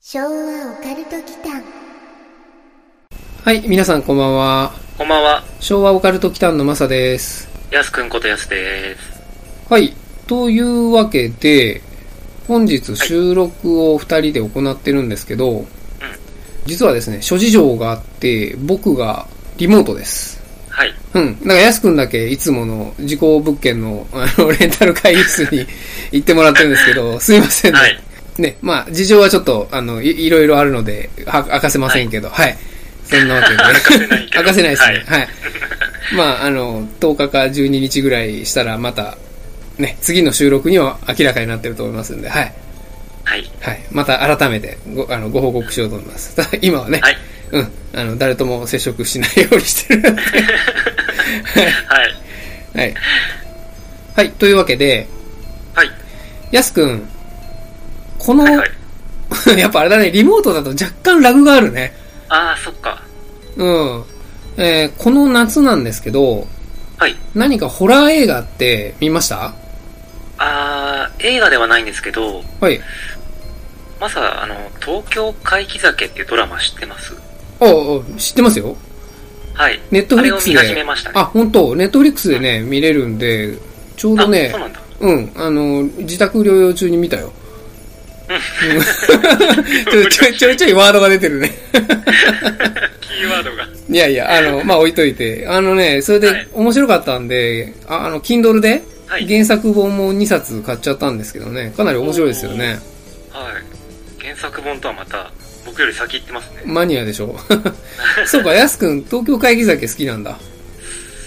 昭和オカルト祈間はい、皆さんこんばんは。こんばんは、昭和オカルト祈間のマサです。やすくんことやすです。はい、というわけで、本日収録を二人で行ってるんですけど、実はですね、諸事情があって、僕がリモートです。はい。うん。だから、やすくんだけいつもの事故物件の、あの、レンタル会議室に行ってもらってるんですけど、すいませんね。はい。ね、まあ、事情はちょっと、あの、いいろいろあるので、は明かせませんけど、はい。そんなわけで。明かせないけど明かせないですね。はい。まあ、あの、10日か12日ぐらいしたら、また、ね、次の収録には明らかになってると思いますんで、はい。はい。はい。また改めてご、あの、ご報告しようと思います。ただ、今はね、はい。うん、あの、誰とも接触しないようにして るので。はい。はい。はい、というわけで、はい。やすくん、この、はい。は い。やっぱあれだね、リモートだと若干ラグがあるね。あー、そっか。うん。えーこの夏なんですけど、はい。何かホラー映画って見ましたあー、映画ではないんですけど、はい。まさ、あの、東京怪奇酒っていうドラマ知ってますおうおう知ってますよ。はい。ネットフリックスで。あれを見始めましたね。あ、本当ネットフリックスでね、見れるんで、ちょうどねそう、なんだ。うん、あの、自宅療養中に見たよ。うん ちょいちょいちょいちょいワードが出てるね。キーワードが。いやいや、あの、まあ、置いといて。あのね、それはいで面白かったんで、ああの、Kindle ではい原作本も2冊買っちゃったんですけどね、かなり面白いですよね。はい。原作本とはまた、僕より先行ってますね。マニアでしょ そうか、やすくん、東京会議酒好きなんだ。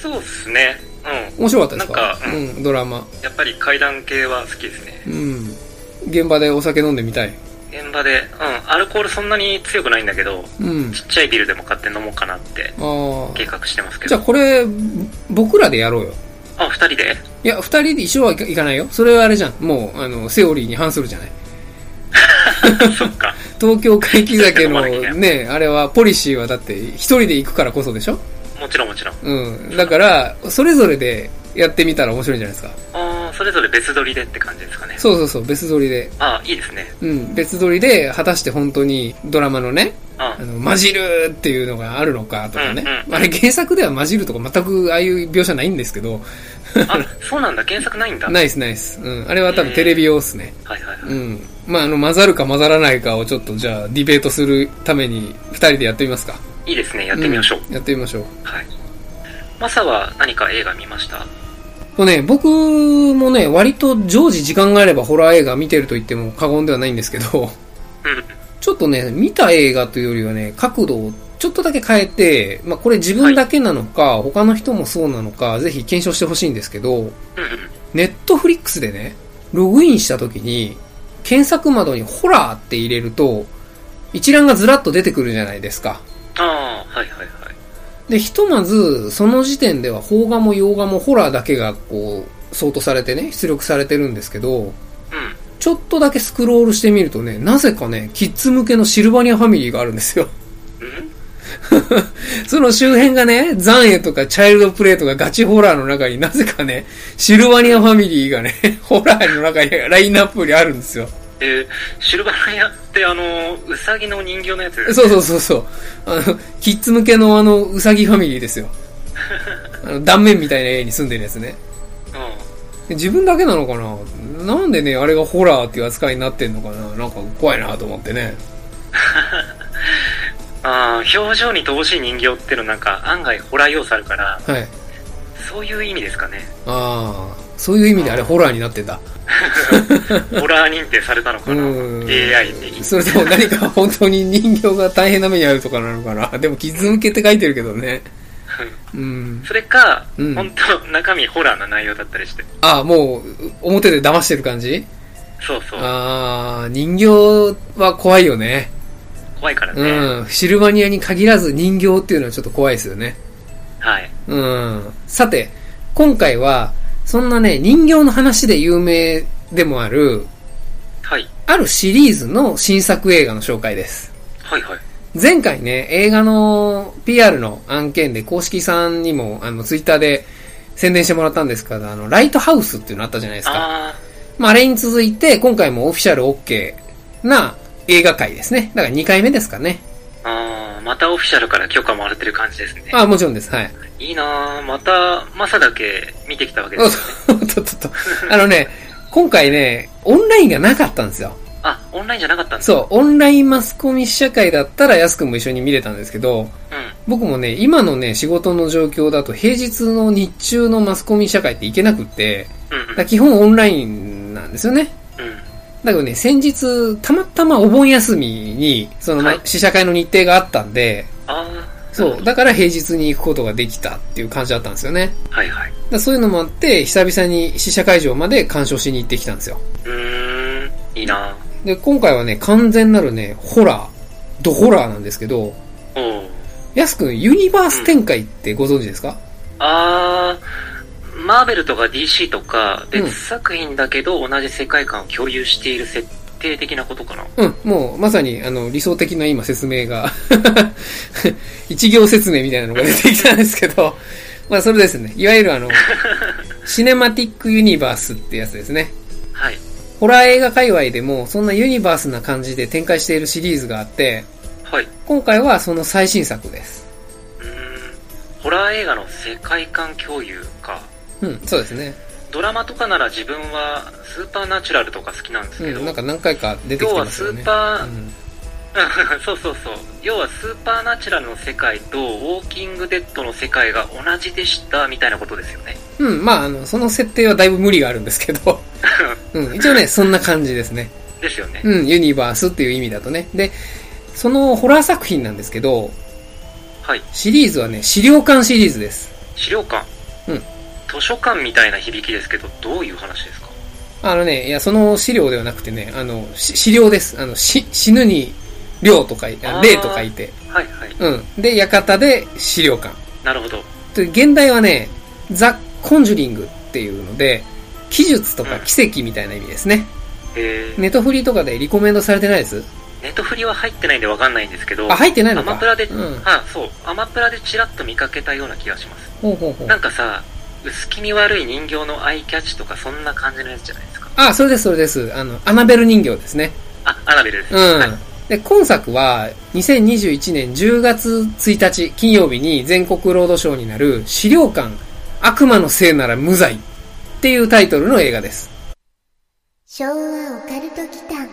そうっすね。う面白かったですかなんかううん、ドラマ。ん。やっぱり階段系は好きですね。うん。現場でお酒飲んでみたい。現場で、うん、アルコールそんなに強くないんだけど、うん。ちっちゃいビールでも買って飲もうかなってあ計画してますあ。けじゃどあ。これ、僕らでやろうよ。あ、二人で いや、二人で一緒はいかいかないよ。それはあれじゃん。もう、あの、セオリーに反するじゃない。そっか。東京会議酒 の一人で飲まなきゃね、あれは、ポリシーはだって、一人で行くからこそでしょもちろんもちろん。うん。だから、それぞれでやってみたら面白いんじゃないですか。あーそれぞれ別撮りでって感じですかね。そうそうそう、別撮りで。あーいいですね。うん、別撮りで、果たして本当にドラマのね、ああの、混じるっていうのがあるのかとかね。うんうんうんあれ原作では混じるとか全くああいう描写ないんですけど、あ、そうなんだ。原作ないんだ。はナイスナイス。うん。あれは多分テレビ用っすね。いはいはうい。ん。まあ、あの、混ざるか混ざらないかをちょっとじゃあディベートするために二人でやってみますか。いいですね。やってみましょう。んやってみましょう。はい。マサは何か映画見ましたとね、僕もね、割と常時時間があればホラー映画見てると言っても過言ではないんですけど、 うん。ちょっとね、見た映画というよりはね、角度をちょっとだけ変えて、まあこれ自分だけなのか、他の人もそうなのか、ぜひ検証してほしいんですけど、うんうん。ネットフリックスでね、ログインした時に、検索窓にホラーって入れると、一覧がずらっと出てくるじゃないですか。あーはいはいはい。で、ひとまず、その時点では邦画も洋画もホラーだけがこう、相当されてね、出力されてるんですけど、うん。ちょっとだけスクロールしてみるとね、なぜかね、キッズ向けのシルバニアファミリーがあるんですよ。 うんその周辺がね、残影とかチャイルドプレイとかガチホラーの中になぜかね、シルバニアファミリーがね、 ホラーの中にラインナップにあるんですよ。えー、シルバニアってあのー、うさぎの人形のやつですそうそうそうそう。あの、キッズ向けのあの、うさぎファミリーですよ。あの、断面みたいな家に住んでるやつね。う自分だけなのかななんでね、あれがホラーっていう扱いになってんのかななんか怖いなと思ってね。ん。あー表情に乏しい人形ってのなんか案外ホラー要素あるから、はい。そういう意味ですかね。ああ、そういう意味であれホラーになってんだ。ホラー認定されたのかなうん ?AI でそれとも何か本当に人形が大変な目に遭うとかなのかな でも、傷向けって書いてるけどね。うん。それか、うん本当中身ホラーな内容だったりして。ああ、もう、表で騙してる感じそうそう。ああ、人形は怖いよね。怖いからね。うん。シルバニアに限らず人形っていうのはちょっと怖いですよね。はい。うん。さて、今回は、そんなね、人形の話で有名でもある、はい。あるシリーズの新作映画の紹介です。はいはい。前回ね、映画の PR の案件で公式さんにも、あの、ツイッターで宣伝してもらったんですけど、あの、ライトハウスっていうのあったじゃないですか。あまあ、あれに続いて、今回もオフィシャル OK な映画界ですね。だから2回目ですかね。ああ、またオフィシャルから許可もらってる感じですね。あ、もちろんです。はい。いいなーまた、マサだけ見てきたわけでおっすね。とちょっとちょっと。あのね、今回ね、オンラインがなかったんですよ。あ、オンラインじゃなかったんだ。そう、オンラインマスコミ試写会だったら、やすくんも一緒に見れたんですけど、う僕もね、今のね、仕事の状況だと、平日の日中のマスコミ試写会って行けなくって、ん。うんだから基本オンラインなんですよね。うん。うん。だけどね、先日、たまたまお盆休みに、その、まはい試写会の日程があったんで、ああ。そう、だから平日に行くことができたっていう感じだったんですよね。はいはい。だからそういうのもあって、久々に試写会場まで鑑賞しに行ってきたんですよ。うーん。いいなで、今回はね、完全なるね、ホラー、ドホラーなんですけど、ーおう。やすくん、ユニバース展開ってご存知ですか、あー、マーベルとか DC とか、うん別作品だけど同じ世界観を共有している設定的なことかな。うん、もう、まさに、あの、理想的な今説明が、 一行説明みたいなのが出てきたんですけど、 まあ、それですね。いわゆるあの、シネマティックユニバースってやつですね。はい。ホラー映画界隈でも、そんなユニバースな感じで展開しているシリーズがあって、はい。今回はその最新作です。うーん。ホラー映画の世界観共有か。うん、そうですね。ドラマとかなら自分はスーパーナチュラルとか好きなんですけど、うん、なんか何回か出てきてますよね。要はスーパーうん、 そうそうそう。要はスーパーナチュラルの世界とウォーキングデッドの世界が同じでしたみたいなことですよね。うん、まあ、あの、その設定はだいぶ無理があるんですけ ど、うん、一応ね、そんな感じですね。ですよね。うん、ユニバースっていう意味だとね。で、そのホラー作品なんですけど、はい。シリーズはね、資料館シリーズです。資料館。うん図書館みたいな響きですけど、どういう話ですかあのね、いや、その資料ではなくてね、あの、し資料です。あの、し、死ぬに、量とかい、ああー霊と書いて。はいはい。うん。で、館で資料館。なるほど。で、現代はね、ザ・コンジュリングっていうので、奇術とか奇跡みたいな意味ですね。えー、ネトフリとかでリコメンドされてないですネットフリは入ってないんでわかんないんですけど、あ、入ってないのアか。マプラで、うん。あ、そう、アマプラでチラッと見かけたような気がします。ほうほうほう。なんかさ、薄気味悪い人形のアイキャッチとかそんな感じのやつじゃないですか。あ、それです、それです。あの、アナベル人形ですね。あ、アナベルです。うはいん。で、今作は、2021年10月1日、金曜日に全国ロードショーになる、資料館、悪魔のせいなら無罪っていうタイトルの映画です。昭和オカルト祈間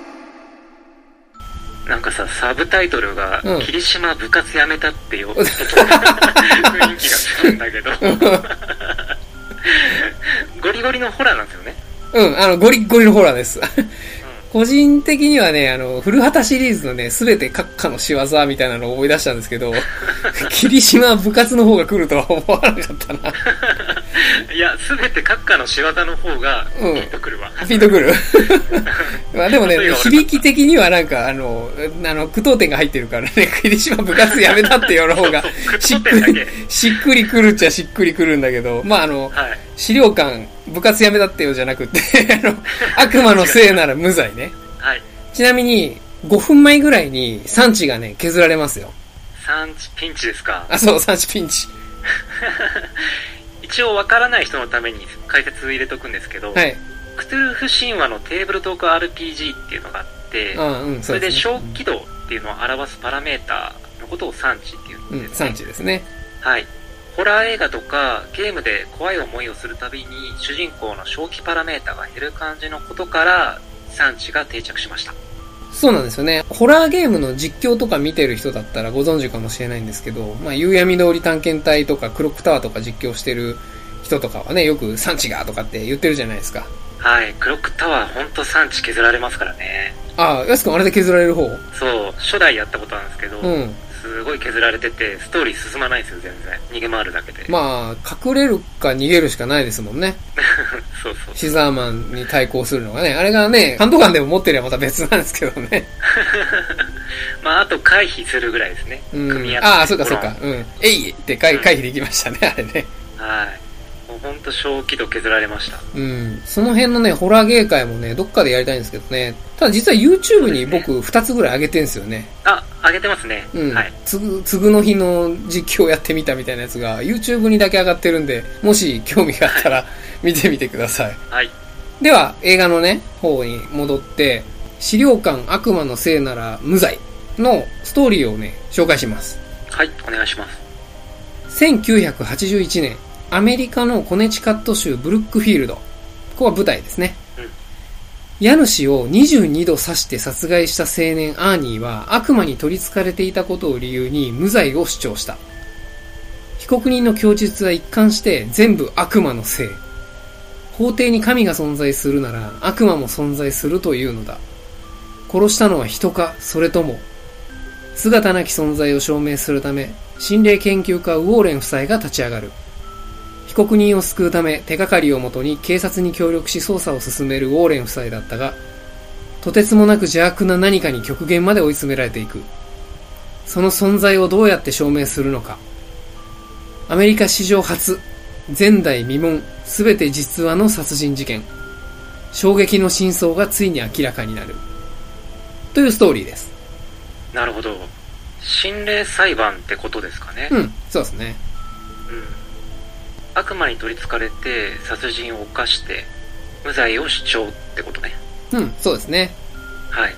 なんかさ、サブタイトルが、うん霧島部活やめたって よ、的な雰囲気がするんだけど。ゴリゴリのホラーなんですよね。うん、あの、ゴリッゴリのホラーです。個人的にはね、あの、古畑シリーズのね、すべて閣下の仕業みたいなのを思い出したんです けど、霧島部活の方が来るとは思わなかったな。いや、すべて閣下の仕業の方が、うんピンとくるわ。ピンとくる まあでもねそれが、俺だ響き的にはなんか、あの、あの、句読点が入ってるからね、霧島部活やめたっていうの方が そうそう、しっく句読点りだ、しっくりくるっちゃしっくりくるんだけど、まああの、はい。資料館、部活やめたってよじゃなくて、 あの、悪魔のせいなら無罪ね。はい。ちなみに、5分前ぐらいに産地がね、削られますよ。産地ピンチですか。あ、そう、産地ピンチ。一応わからない人のために解説入れとくんですけど、はい。クトゥルフ神話のテーブルトーク RPG っていうのがあって、あうん、そそうれでです、ね。小軌道っていうのを表すパラメーターのことを産地っていうんうでん、すね。産地ですね。はい。ホラー映画とかゲームで怖い思いをするたびに主人公の正気パラメータが減る感じのことから産地が定着しました。そうなんですよね。ホラーゲームの実況とか見てる人だったらご存知かもしれないんですけど、まあ、夕闇通り探検隊とかクロックタワーとか実況してる人とかはね、よく産地がとかって言ってるじゃないですか。はい。クロックタワーほんと産地削られますからね。ああ、やすくんあれで削られる方うそう。初代やったことなんですけど、ん。すごい削られててストーリー進まないんですよ、全然。逃げ回るだけで。まあ、隠れるか逃げるしかないですもんね。そうそう。 シザーマンに対抗するのがね。あれがね、ハンドガンでも持ってりゃまた別なんですけどね。まあ、あと回避するぐらいですね。う組みん。合って。ああ、そうかそうほか。うん。えいって回回避できましたね、あれね。ら。はい。もうほんと正気度削られました。うん。その辺のね、ホラー芸会もね、どっかでやりたいんですけどね。ただ実は YouTube に僕2つぐらい上げてんすよね。あ、上げてますね。うん。はい。つぐ、つぐの日の実況やってみたみたいなやつが YouTube にだけ上がってるんで、もし興味があったら見てみてください。はい。では、映画のね、方に戻って、資料館悪魔のせいなら無罪のストーリーをね、紹介します。はい、お願いします。 1981年、アメリカのコネチカット州ブルックフィールド。ここは舞台ですね。うん家主を22度刺して殺害した青年アーニーは悪魔に取り憑かれていたことを理由に無罪を主張した。被告人の供述は一貫して全部悪魔のせい。法廷に神が存在するなら悪魔も存在するというのだ。殺したのは人か、それとも姿なき存在を証明するため、心霊研究家ウォーレン夫妻が立ち上がる。被告人を救うため、手がかりをもとに警察に協力し捜査を進めるウォーレン夫妻だったが、とてつもなく邪悪な何かに極限まで追い詰められていく。その存在をどうやって証明するのか。アメリカ史上初、前代未聞、すべて実話の殺人事件。衝撃の真相がついに明らかになる。というストーリーです。なるほど。心霊裁判ってことですかね。うん、そうですね。うん悪魔に取り憑かれて殺人を犯して無罪を主張ってことねうん、そうですね。はい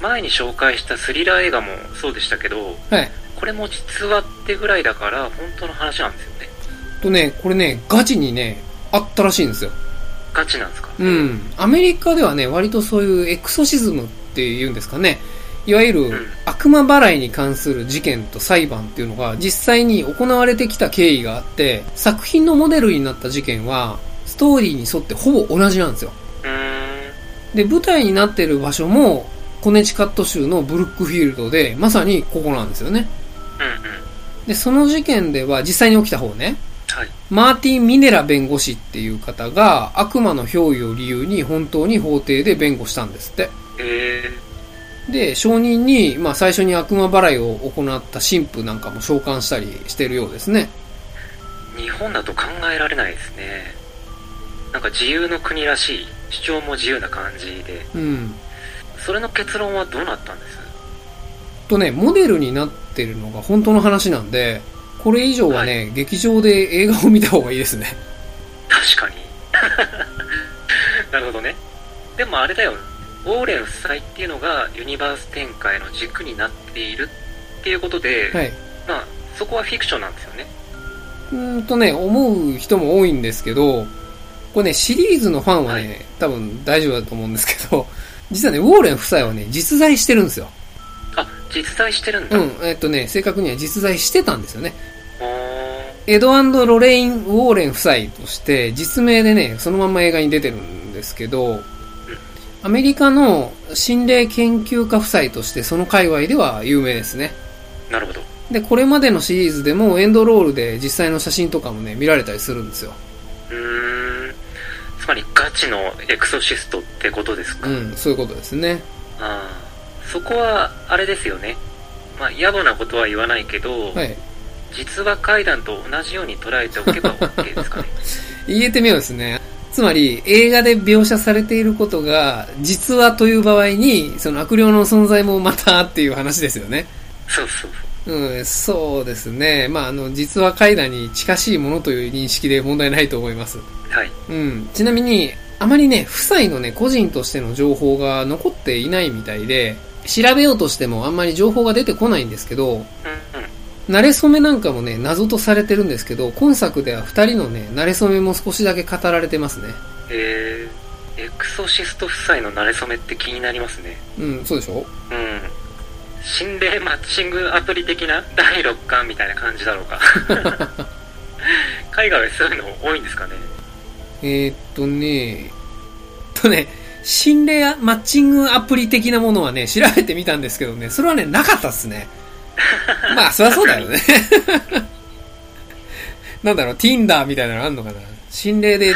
前に紹介したスリラー映画もそうでしたけどはい。これも実話ってぐらいだから本当の話なんですよねとね、これね、ガチにね、あったらしいんですよ。ガチなんですかうん。アメリカではね、割とそういうエクソシズムっていうんですかね。いわゆるん悪魔払いに関する事件と裁判っていうのが実際に行われてきた経緯があって、作品のモデルになった事件は、ストーリーに沿ってほぼ同じなんですよ。うーんで、舞台になってる場所も、コネチカット州のブルックフィールドで、まさにここなんですよね。うんうんで、その事件では実際に起きた方ね。はいマーティン・ミネラ弁護士っていう方が悪魔の憑依を理由に本当に法廷で弁護したんですって。えー、で、証人に、まあ最初に悪魔払いを行った神父なんかも召喚したりしてるようですね。日本だと考えられないですねなんか自由の国らしい主張も自由な感じでうん。それの結論はどうなったんですとね、モデルになってるのが本当の話なんで、これ以上はね、劇場で映画を見た方がいいです ね。確かに。 なるほどね。でもあれだよ。ウォーレン夫妻っていうのがユニバース展開の軸になっているっていうことで、はい。まあ、そこはフィクションなんですよね。うーんとね、思う人も多いんですけど、これね、シリーズのファンはね、は多分大丈夫だと思うんですけど、実はね、ウォーレン夫妻はね、実在してるんですよ。あ、実在してるんうだ。ん、えっとね、正確には実在してたんですよね。おーエドロレイン・ウォーレン夫妻として、実名でね、そのまんま映画に出てるんですけど、アメリカの心霊研究家夫妻として、その界隈では有名ですね。なるほど。で、これまでのシリーズでもエンドロールで実際の写真とかもね、見られたりするんですよ。うーん。つまりガチのエクソシストってことですか。うん、そういうことですね。あーそこは、あれですよね。まあ、野暮なことは言わないけど、はい。実話怪談と同じように捉えておけば OK で すかね。言えてみようですね。つまり、映画で描写されていることが、実話という場合に、その悪霊の存在もまたっていう話ですよね。そうそうそう。うん、そうですね。まあ、あの、実話怪談に近しいものという認識で問題ないと思います。はい。うん。ちなみに、あまりね、夫妻のね、個人としての情報が残っていないみたいで、調べようとしてもあんまり情報が出てこないんですけど、うんうん。慣れ初めなんかもね、謎とされてるんですけど、今作では二人のね、慣れ初めも少しだけ語られてますね。えー、エクソシスト夫妻の馴れ初めって気になりますね。うん、そうでしょうん。心霊マッチングアプリ的な第6巻みたいな感じだろ うか。海外はそういうの多いんですかね。えー、っとね、とね、心霊マッチングアプリ的なものはね、調べてみたんですけどね、それはね、なかったっすね。まあ、そりゃそうだよね。 なんだろう、Tinder みたいなのあんのかな心霊で、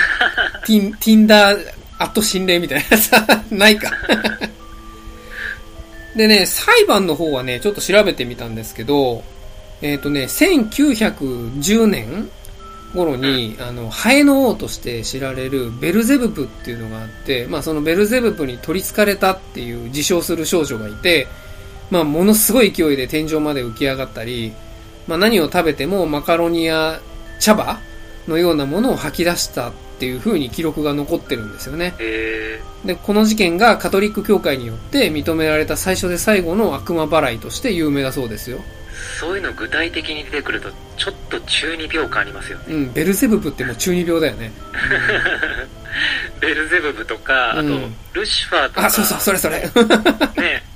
Tin- Tinder、あと心霊みたいなさ、 ないか。でね、裁判の方はね、ちょっと調べてみたんですけど、えっ、とね、1910年頃に、あの、ハエの王として知られるベルゼブブっていうのがあって、まあそのベルゼブブに取り憑かれたっていう自称する少女がいて、まあものすごい勢いで天井まで浮き上がったり、まあ何を食べてもマカロニや茶葉のようなものを吐き出したっっていう風に記録が残ってるんですよね。えで、この事件がカトリック教会によって認められた最初で最後の悪魔払いとして有名だそうですよ。ー、そういうの具体的に出てくると、ちょっと中二病感ありますよね。 うん、ベルゼブブってもう中二病だよね。ベルゼブブとか、あと、うんルシファーとか、あ、そうそう、それそれ。ね、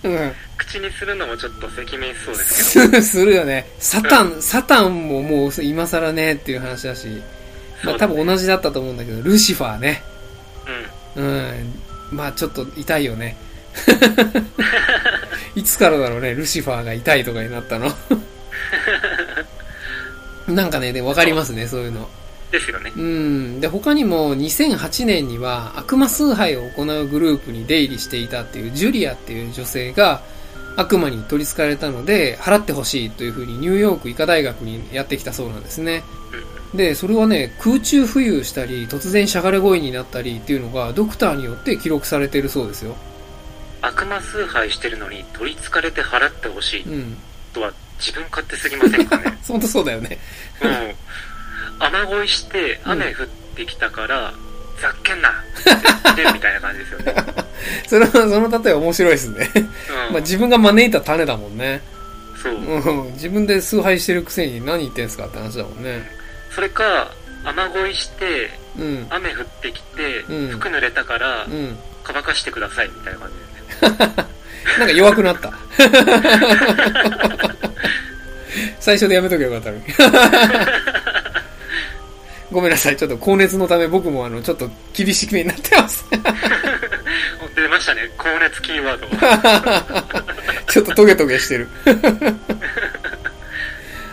うん。口にするのもちょっと赤面しそうですけ ど、すするよね。サタン、サタンももう今更ねっていう話だし、 まあ多分同じだったと思うんだけど、ルシファーね。ううん。まあちょっと痛いよね。いつからだろうね、ルシファーが痛いとかになったの。なんかね、でわかりますね、そういうの。ん、ですよね。うん。で、他にも2008年には悪魔崇拝を行うグループに出入りしていたっていうジュリアっていう女性が悪魔に取り憑かれたので払ってほしいというふうにニューヨーク医科大学にやってきたそうなんですね。で、それはね、空中浮遊したり、突然しゃがれ声になったりっていうのがドクターによって記録されているそうですよ。悪魔崇拝してるのに取り憑かれて払ってほしいうん。とは自分勝手すぎませんかね。本当そうだよね。 もう、雨乞いして雨降ってきたから、ざっけんなって言ってみたいな感じですよ ね。それは、その例え面白いですね。 うん、まあ自分が招いた種だもんね。そう。うん。自分で崇拝してるくせに何言ってんすかって話だもんね。それか、雨乞いして、うん。雨降ってきて、うん服濡れたからう、ん。乾かしてくださいみたいな感じですね。なんか弱くなった。最初でやめとけばよかったのに。ごめんなさい。ちょっと高熱のため僕もあの、ちょっと厳しめになってます。お出ましたね、高熱キーワード。 ちょっとトゲトゲしてる。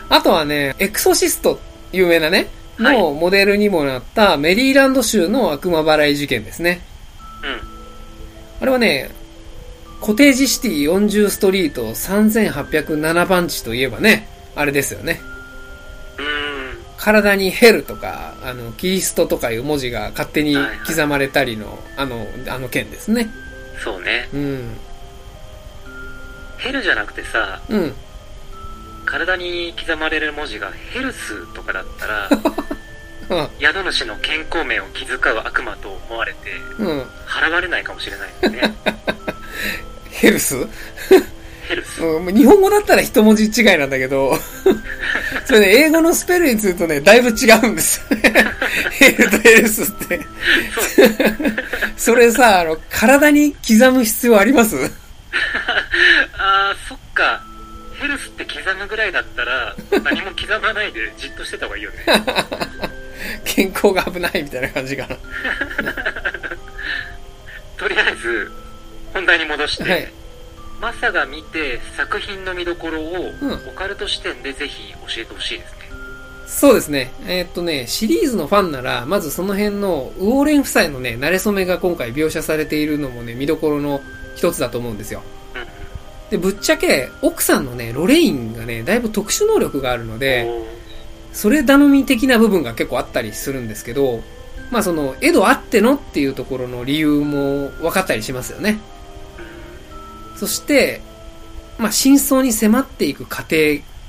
あとはね、エクソシスト、有名なね、のモデルにもなったメリーランド州の悪魔払い事件ですね。うん。あれはね、コテージシティ40ストリート3807番地といえばね、あれですよね。うーん。体にヘルとか、あの、キリストとかいう文字が勝手に刻まれたりの、あの、あの件ですね。そうね。うん。ヘルじゃなくてさ、うん。体に刻まれる文字がヘルスとかだっ たら、うん。宿主の健康面を気遣う悪魔と思われて、うん。払われないかもしれないよ ね。ヘルスヘルス。うん、もう日本語だったら一文字違いなんだけど、 それね、英語のスペルにするとね、だいぶ違うんですよね。 ヘルとヘルスって。それさ、あの、体に刻む必要あります あー、そっか。ヘルスって刻むぐらいだっ たら、何も刻まないでじっとしてた方がいいよね。健康が危ないみたいな感じかな。とりあえず、本題に戻して、はいマサが見て作品の見どころを、うんオカルト視点でぜひ教えてほしいですね。そうですね。えーっとね、シリーズのファンなら、まずその辺のウォーレン夫妻のね、慣れ初めが今回描写されているのもね、見どころの一つだと思うんですよ。うんで、ぶっちゃけ、奥さんのね、ロレインがね、だいぶ特殊能力があるので、おーそれ頼み的な部分が結構あったりするんですけど、まあその、エドあってのっていうところの理由も分かったりしますよね。そして、まあ真相に迫っていく過程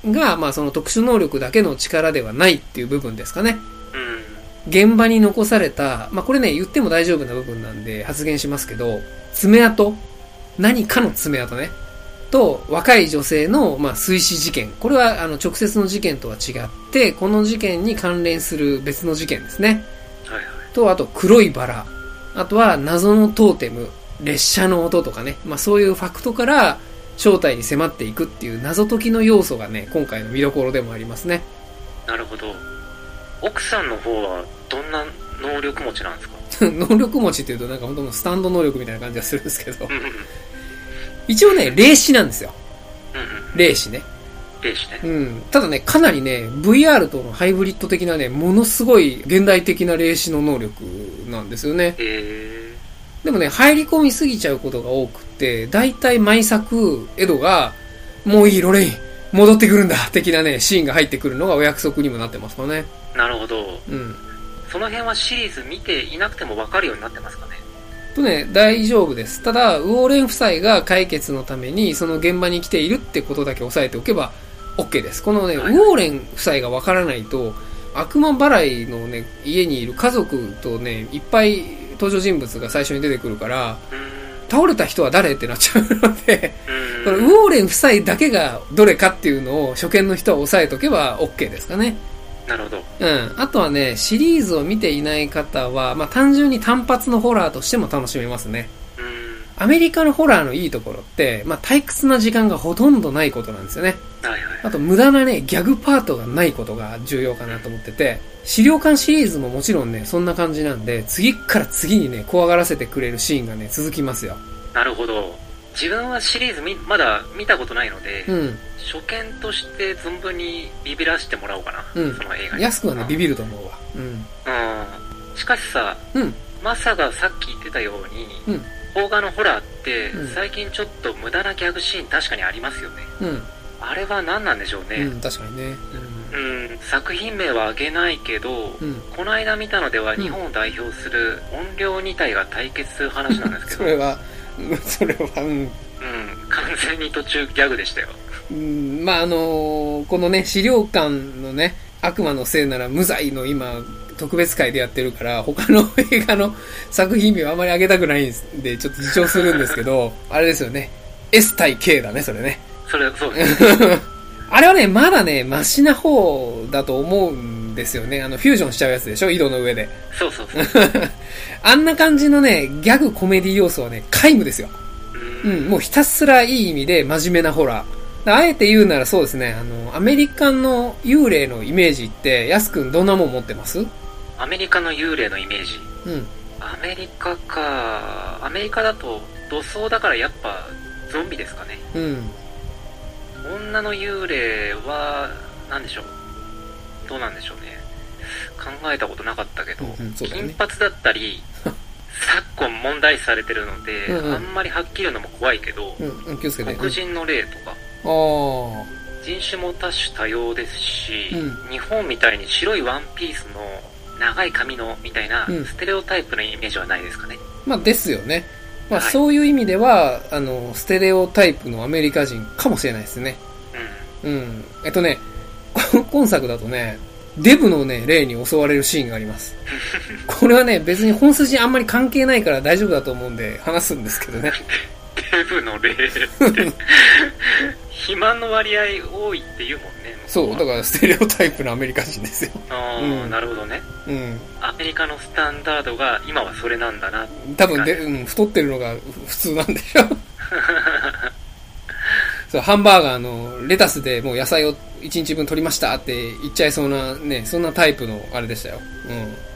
が、まあその特殊能力だけの力ではないっていう部分ですかね。うん。うん。現場に残された、まあ、これね、言っても大丈夫な部分なんで発言しますけど、爪痕何かの爪痕ね。と、若い女性の、まあ、水死事件。これは、あの、直接の事件とは違って、この事件に関連する別の事件ですね。はいはい。と、あと、黒いバラ。あとは、謎のトーテム。列車の音とかね。まあ、そういうファクトから、正体に迫っていくっていう謎解きの要素がね、今回の見どころでもありますね。 なるほど。奥さんの方はどんな能力持ちなんですか能力持ちっていうとなんか本当もうスタンド能力みたいな感じがするんですけどう。んうんうん。一応ね、霊視なんですよ。うんうん。霊視ね。霊視ね。うん。ただね、かなりね、VR とのハイブリッド的なね、ものすごい現代的な霊視の能力なんですよね。えでもね、入り込みすぎちゃうことが多くて、だいたい毎作、エドが、もういい、ロレイン、戻ってくるんだ、的なね、シーンが入ってくるのがお約束にもなってますからね。ー、なるほど。うん。その辺はシリーズ見ていなくてもわかるようになってますかねとね、大丈夫です。ただ、ウォーレン夫妻が解決のために、その現場に来ているってことだけ押さえておけば、OK です。このね、はいウォーレン夫妻がわからないと、悪魔払いのね、家にいる家族とね、いっぱい登場人物が最初に出てくるから、う倒れた人は誰ってなっちゃうので、ーん。これうーん。ウォーレン夫妻だけがどれかっていうのを初見の人は押さえとけば OK ですかね。なるほど。うん。あとはね、シリーズを見ていない方は、まあ単純に単発のホラーとしても楽しめますね。うーん。アメリカのホラーのいいところって、まあ退屈な時間がほとんどないことなんですよね。はいはい。あと無駄なね、ギャグパートがないことが重要かなと思ってて、資料館シリーズももちろんね、そんな感じなんで、次から次にね、怖がらせてくれるシーンがね、続きますよ。なるほど。自分はシリーズみまだ見たことないので、うん。初見として存分にビビらしてもらおうかな。うんその映画に。安くはね、ビビると思うわ。うん。うん。しかしさ、うん。マサがさっき言ってたように、うん。邦画のホラーってうん、最近ちょっと無駄なギャグシーン確かにありますよね。うん。あれは何なんでしょううね。ん、確かにね。うん、作品名は挙げないけど、うん。うん。この間見たのではうん日本を代表する音量2体が対決する話なんですけそど、れは、うんそれは、うんうん、完全に途中ギャグでしたよ。うん。まあ、あのーこのね、資料館のね、悪魔のせいなら無罪の今、特別会でやってるから、他の映画の作品名はあまり上げたくないんですで、ちょっと自重するんですけど、 あれですよね。S 対 K だね、それね。それ、そうです。あれはね、まだね、マシな方だと思うんですよね。あの、フュージョンしちゃうやつでしょ井戸の上で。そうそうそう。あんな感じのね、ギャグコメディ要素はね、皆無ですよ。ううんん、もうひたすらいい意味で真面目なホラー。あえて言うならそうですね、あの、アメリカの幽霊のイメージって、やすくんどんなもん持ってますうん。アメリカの幽霊のイメージ。アメリカか。アメリカだと、土葬だからやっぱ、ゾンビですかね。うん。女の幽霊は、なんでしょう。どうなんでしょうね。考えたことなかったけど、うんうんそうだよね金髪だっ たり、昨今問題視されてるので、うんうんあんまりはっきり言うのも怖いけどう、んうん、気をつけて。黒人の霊とか、うんあ人種も多種多様ですし、う日本みたいに白いワンピースの長い髪のみたいなうんステレオタイプのイメージはないですかね。あ。まあ、ですよね。まあ、はいそういう意味では、あの、ステレオタイプのアメリカ人かもしれないですね。 ううん。えっとね、こ今作だとね、デブのね、霊に襲われるシーンがあり ます。これはね、別に本筋にあんまり関係ないから大丈夫だと思うんで話すんですけどね。ん。デブの霊って、 肥満の割合多いって言うもんね。そう、だら。からステレオタイプのアメリカ人ですよ。あーうんなるほどね。うん。アメリカのスタンダードが今はそれなんだな。多分で、うん、太ってるのが普通なんでしょ。 そう、ハンバーガーのレタスでもう野菜を1日分取りましたって言っちゃいそうなね、そんなタイプのあれでしたよ。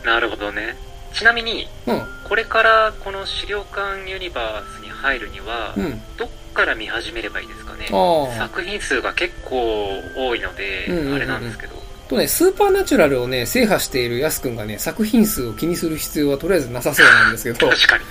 なるほどね。ちなみに、うん。これからこの資料館ユニバースに入るには、うん。うん。どっから見始めればいいですかね。ああ。作品数が結構多いので、うんうんうんうんあれなんですけど。とね、スーパーナチュラルをね、制覇しているヤスくんがね、作品数を気にする必要はとりあえずなさそうなんですけど、確かに。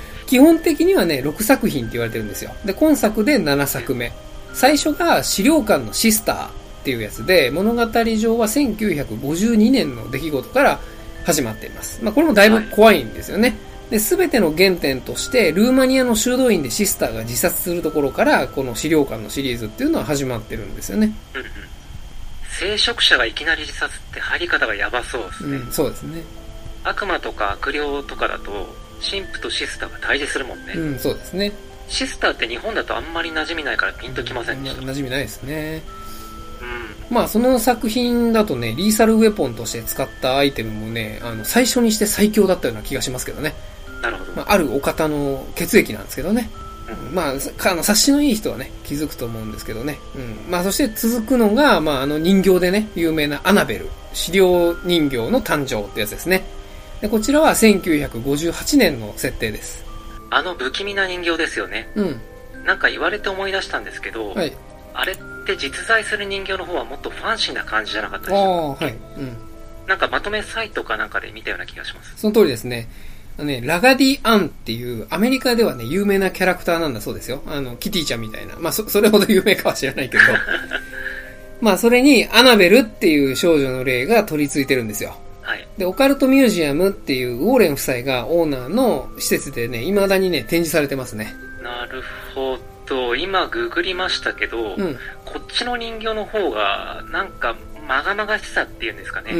基本的にはね、6作品って言われてるんですよ。で、今作で7作目。最初が資料館のシスターっていうやつで、物語上は1952年の出来事から始まっています。まあ、これもだいぶ怖いんですよね。で、すべての原点として、ルーマニアの修道院でシスターが自殺するところから、この資料館のシリーズっていうのは始まってるんですよね。うんうん。聖職者がいきなり自殺って入り方がやばそうですうね。ん、そうですね。悪魔とか悪霊とかだと、神父とシスターが対峙するもんね。うん、そうですね。シスターって日本だとあんまり馴染みないからピンときませんでした。うん。な馴染みないですね。まあ、その作品だとね、リーサルウェポンとして使ったアイテムもね、あの、最初にして最強だったような気がしますけどね。なるほど。まあ、あるお方の血液なんですけどね。うんまあ、さあの、察しのいい人はね、気づくと思うんですけどね。うん。まあ、そして続くのが、まあ、あの人形でね、有名なアナベル、資料人形の誕生ってやつですね。で、こちらは1958年の設定です。あの不気味な人形ですよね。うん。なんか言われて思い出したんですけど、はい。あれって実在する人形の方はもっとファンシーな感じじゃなかっあたでしょあ、はい。うん。なんかまとめサイトかなんかで見たような気がします。その通りですね。あのね、ラガディアンっていう、アメリカではね、有名なキャラクターなんだそうですよ。あの、キティちゃんみたいな。まあ、そ、それほど有名かは知らないけど。まあ、それに、アナベルっていう少女の霊が取り付いてるんですよ。はい。で、オカルトミュージアムっていう、ウォーレン夫妻がオーナーの施設でね、未だにね、展示されてますね。なるほど。今ググりましたけど、うん。こっちの人形の方が、なんかまがまがしさっていうんですかね、うん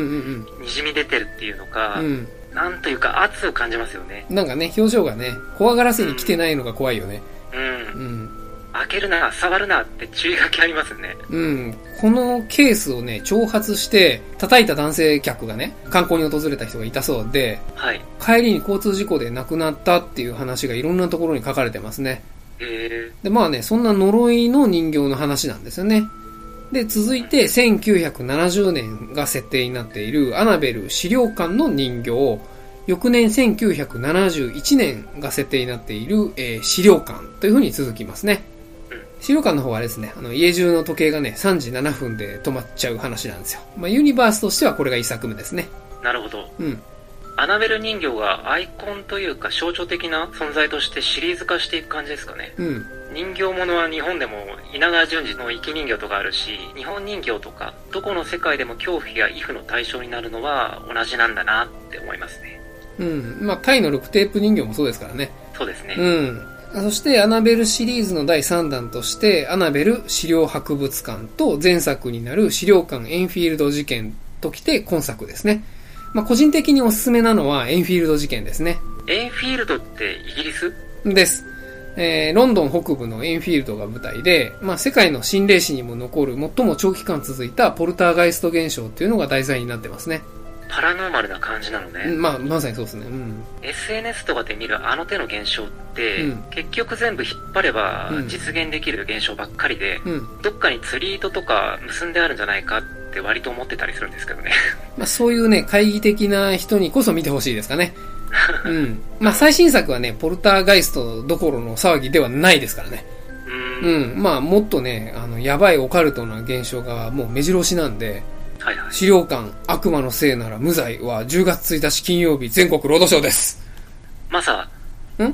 うんにじみ出てるっていうのか、うん。うん。なんというか圧を感じますよね。なんかね、表情がね、怖がらせに来てないのが怖いよね。う。うんん。開けるな、触るなって注意書きありますよね。うん。このケースをね、挑発して、叩いた男性客がね、観光に訪れた人がいたそうで、はい。帰りに交通事故で亡くなったっていう話がいろんなところに書かれてますね。えで、まあね、そんな呪いの人形の話なんですよね。で、続いて1970年が設定になっているアナベル資料館の人形、翌年1971年が設定になっている、えー資料館という風に続きますねうん。資料館の方はですね、あの家中の時計がね、3時7分で止まっちゃう話なんですよ。まあ、ユニバースとしてはこれが一作目ですね。ー、なるほど。うん。アナベル人形がアイコンというか象徴的な存在としてシリーズ化していく感じですかね。うん。人形ものは日本でも稲川淳二の生き人形とかあるし、日本人形とか、どこの世界でも恐怖や畏怖の対象になるのは同じなんだなって思いますね。うん。まあ、タイの6テープ人形もそうですからね。そうですね。うん。そして、アナベルシリーズの第3弾として、アナベル資料博物館と前作になる資料館エンフィールド事件ときて今作ですね。まあ、個人的におすすめなのはエンフィールド事件ですね。エンフィールドってイギリスです。えー、ロンドン北部のエンフィールドが舞台で、まあ、世界の心霊史にも残る最も長期間続いたポルターガイスト現象っていうのが題材になってますね。パラノーマルな感じなのね。うんまあ、まさにそうですね。うん。 SNS とかで見るあの手の現象って、うん結局全部引っ張ればうん実現できる現象ばっかりで、うん。どっかに釣り糸とか結んであるんじゃないかって割と思ってたりするんですけどね。まあ、そういうね、懐疑的な人にこそ見てほしいですかね。うん。まあ、最新作はね、ポルターガイストどころの騒ぎではないですからね。 うーん。うん。まあ、もっとね、あの、やばいオカルトな現象がもう目白押しなんで、はいはい。資料館悪魔のせいなら無罪は10月1日金曜日全国労働省です。まあさ、ん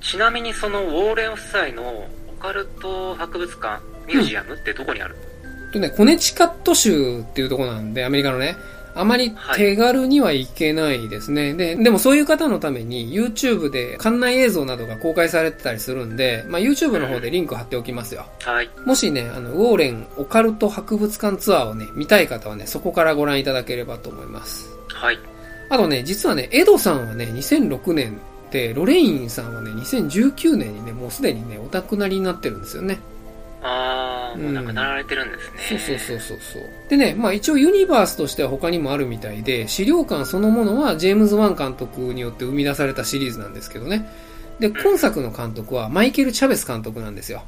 ちなみにそのウォーレン夫妻のオカルト博物館、ミュージアムってどこにある、とね、コネチカット州っていうところなんで、アメリカのね、あまり手軽にはいけないですね。で、でもそういう方のために YouTube で館内映像などが公開されてたりするんで、まあ YouTube の方でリンク貼っておきますよ。はい。もしね、あの、ウォーレンオカルト博物館ツアーをね、見たい方はね、そこからご覧いただければと思います。はい。あとね、実はね、エドさんはね、2006年で、ロレインさんはね、2019年にね、もうすでにね、お亡くなりになってるんですよね。あー、もう亡くなられてるんですね。そうそうそうそうそう。でね、まあ一応ユニバースとしては他にもあるみたいで、資料館そのものはジェームズ・ワン監督によって生み出されたシリーズなんですけどね。で、今作の監督はマイケル・チャベス監督なんですよ。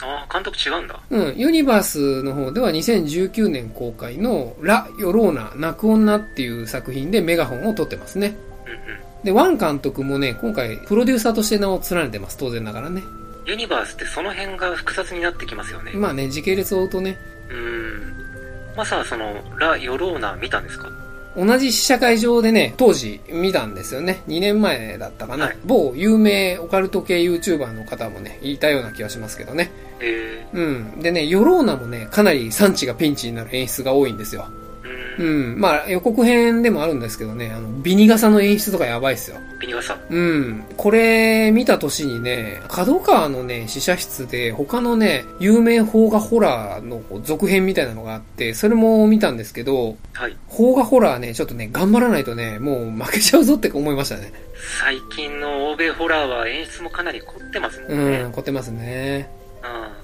あー、監督違うんだ。うん、ユニバースの方では2019年公開のラ・ヨローナ・泣く女っていう作品でメガホンを撮ってますね。うんうで、ワン監督もね、今回プロデューサーとして名を連ねてます、当然ながらね。ん。ユニバースってその辺が複雑になってきますよね。まあね、時系列を追うとね、うーん。まあさ、その、ラ・ヨローナ見たんですか同じ試写会場でね、当時見たんですよね。2年前だったかな。はい某有名オカルト系 YouTuber の方もね、いたような気がしますけどね。えうん。でね、ヨローナもね、かなり産地がピンチになる演出が多いんですよ。ー、ううーん。ん。まあ、予告編でもあるんですけどね、あの、ビニ傘の演出とかやばいっすよ。ビニガサ。うん。これ、見た年にね、角川のね、試写室で、他のね、有名邦画ホラーの続編みたいなのがあって、それも見たんですけど、はい。邦画ホラーね、ちょっとね、頑張らないとね、もう負けちゃうぞって思いましたね。最近の欧米ホラーは演出もかなり凝ってますもんね。うん、凝ってますね。うん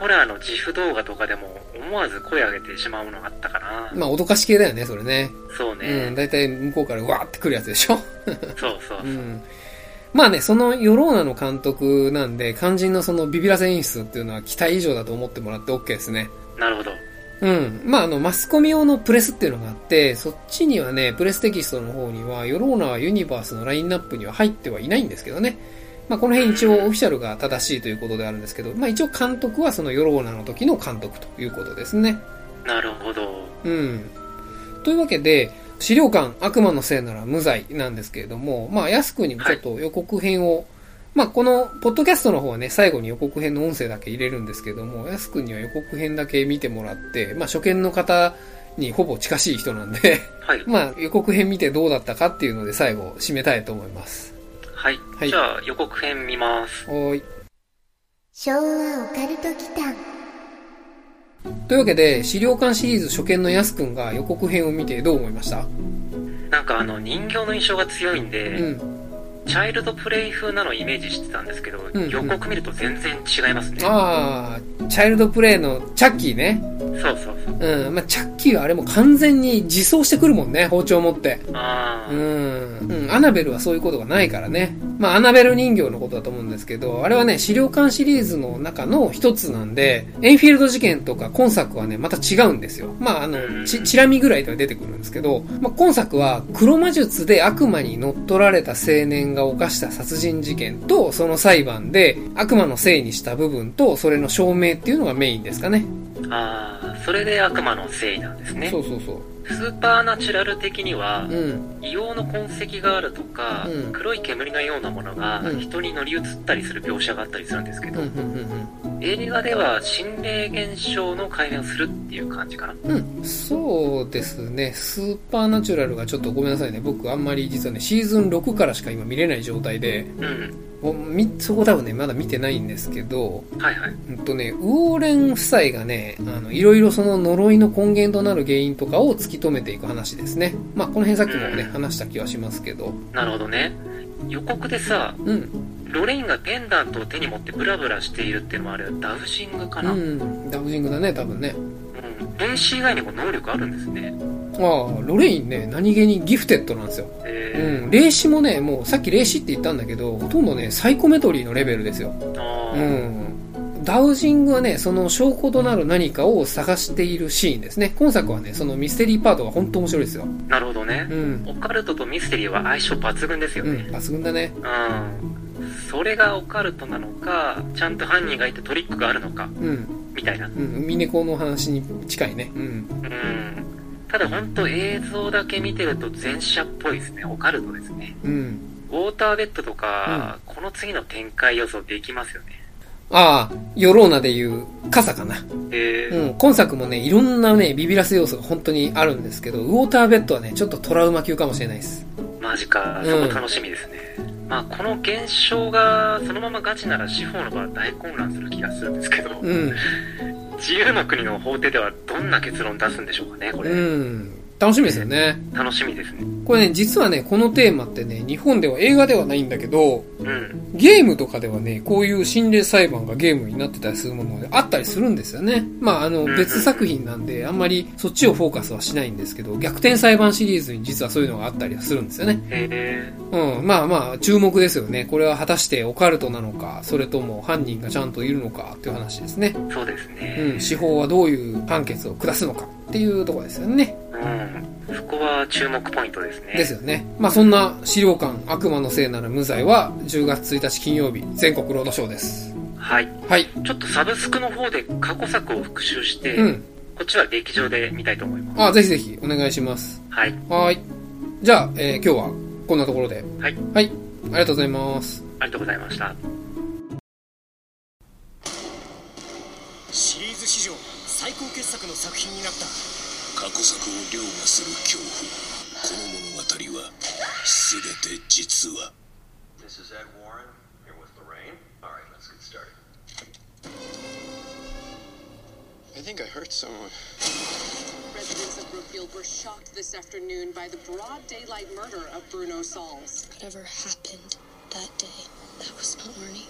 ホラーの自負動画とかでも思わず声上げてしまうのがあったかな。まあ、脅かし系だよね、それね。そううねん、。だいたい向こうからうわーって来るやつでしょ。そうそう。うん。まあね、そのヨローナの監督なんで、肝心のそのビビらせ演出っていうのは期待以上だと思ってもらって OK ですね。なるほど。うん。まあ、あの、マスコミ用のプレスっていうのがあって、そっちにはね、プレステキストの方には、ヨローナはユニバースのラインナップには入ってはいないんですけどね。まあ、この辺一応オフィシャルが正しいということであるんですけど、まあ、一応監督はそのヨローナの時の監督ということですね。なるほど。うん。というわけで、資料館悪魔のせいなら無罪なんですけれども、まあ、安くにもちょっと予告編を、まあ、この、ポッドキャストの方はね、最後に予告編の音声だけ入れるんですけども、安くんには予告編だけ見てもらって、まあ、初見の方にほぼ近しい人なんで、 はい。まあ、予告編見てどうだったかっていうので最後締めたいと思います。はい。はいじゃあ予告編見ます。おーい。昭和オカルト祈間というわけで、資料館シリーズ初見のやすくんが予告編を見てどう思いましたなんかあの人形の印象が強いんで、うん。チャイルドプレイ風なのをイメージしてたんですけど、んうん予告見ると全然違いますね。ああ、チャイルドプレイのチャッキーね。そうそうそう。うん。まあ、チャッキーはあれも完全に自走してくるもんね、包丁持って。ああ、うん。うん。アナベルはそういうことがないからね。まあ、アナベル人形のことだと思うんですけど、あれはね、資料館シリーズの中の一つなんで、エインフィールド事件とか今作はね、また違うんですよ。まあ、あの、ち、チラ見ぐらいでは出てくるんですけど、まあ、今作は黒魔術で悪魔に乗っ取られた青年が犯した殺人事件と、その裁判で悪魔のせいにした部分と、それの証明っていうのがメインですかね。ああ、それで悪魔のせいなんですねそ。うそうそう。スーパーナチュラル的には、うん。硫黄の痕跡があるとか、うん黒い煙のようなものがうん人に乗り移ったりする描写があったりするんですけうん、うど、ん、うん、映画では心霊現象の解明をするっていう感じかな。うん。うん。そうですね。スーパーナチュラルがちょっとごめんなさいね。僕あんまり実はね、シーズン6からしか今見れない状態で、うん。もうみそこ多分ね、まだ見てないんですけど、はいはい。うんとね、ウォーレン夫妻がね、あの、いろいろその呪いの根源となる原因とかを突き止めていく話ですね。まあ、この辺さっきもね、うん話した気はしますけど。なるほどね。予告でさ、うん。ロレインがペンダントを手に持ってブラブラしているっていうのはあれはダウジングかうな。うん。ん。ダブジングだね、多分ね。分子以外にも能力あるんですね。ああ、ロレインね、何気にギフテッドなんですよ。えうん。霊視もね、もうさっき霊視って言ったんだけど、ほとんどね、サイコメトリーのレベルですよ。ー、あうーん。ダウジングはね、その証拠となる何かを探しているシーンですね。今作はね、そのミステリーパートが本当面白いですよ。なるほどねう。ん。オカルトとミステリーは相性抜群ですようん、ね。抜群だね。うん。それがオカルトなのか、ちゃんと犯人がいてトリックがあるのか、うん。みたいな。うん。ミネコの話に近いね。うん。うん。ただほんと映像だけ見てると前者っぽいですね。オカルトですね。うん。ウォーターベッドとか、この次の展開予想できますよね。ああ、ヨローナでいう傘かな。えうー、ん。今作もね、いろんなね、ビビらせ要素が本当にあるんですけど、ウォーターベッドはね、ちょっとトラウマ級かもしれないです。マジか。うんそこ楽しみですね。まあ、この現象がそのままガチなら司法の場は大混乱する気がするんですけど、うん。自由の国の法廷ではどんな結論出すんでしょうかね、これ。うん。楽しみですよね。楽しみですね。これね、実はね、このテーマってね、日本では映画ではないんだけど、うん。ゲームとかではね、こういう心霊裁判がゲームになってたりするものであったりするんですよね。まあ、あの、んうん別作品なんで、あんまりそっちをフォーカスはしないんですけど、逆転裁判シリーズに実はそういうのがあったりはするんですよね。えうん、まあまあ、注目ですよね。これは果たしてオカルトなのか、それとも犯人がちゃんといるのかっていう話ですね。ー、そうですね。うん、司法はどういう判決を下すのかっていうところですよね。うん、そこは注目ポイントですね。ですよね。まあそんな資料館、悪魔のせいなら無罪は、10月1日金曜日、全国ロードショーです。はい。はい。ちょっとサブスクの方で過去作を復習して、うん。こっちは劇場で見たいと思います。あ、ぜひぜひお願いします。はい。はーい。じゃあ、えー今日はこんなところで。はい。はい。ありがとうございます。ありがとうございました。シリーズ史上最高傑作の作品になった過去作を凌駕する恐怖この物語は全て実話 This is Ed Warren here with Lorraine. All right, let's get started. I think I hurt someone. Residents of Brookfield were shocked this afternoon by the broad daylight murder of Bruno Sauls. Whatever happened that day, that was morning.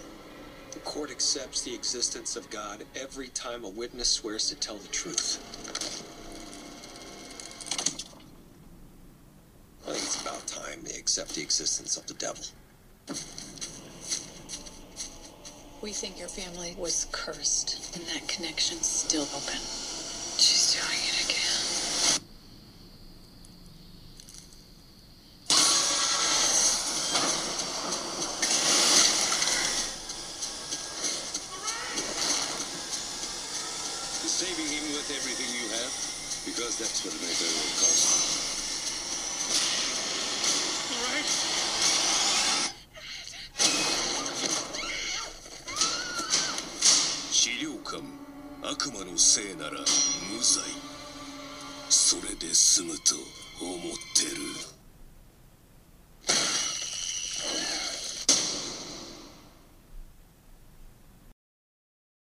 The court accepts the existence of God every time a witness swears to tell the truth. I think it's about time they accept the existence of the devil. We think your family was cursed, and that connection's still open. She's doing it again. Saving him with everything you have, because that's what it will cost. 「資料館悪魔のせいなら無罪」それで済むと思ってる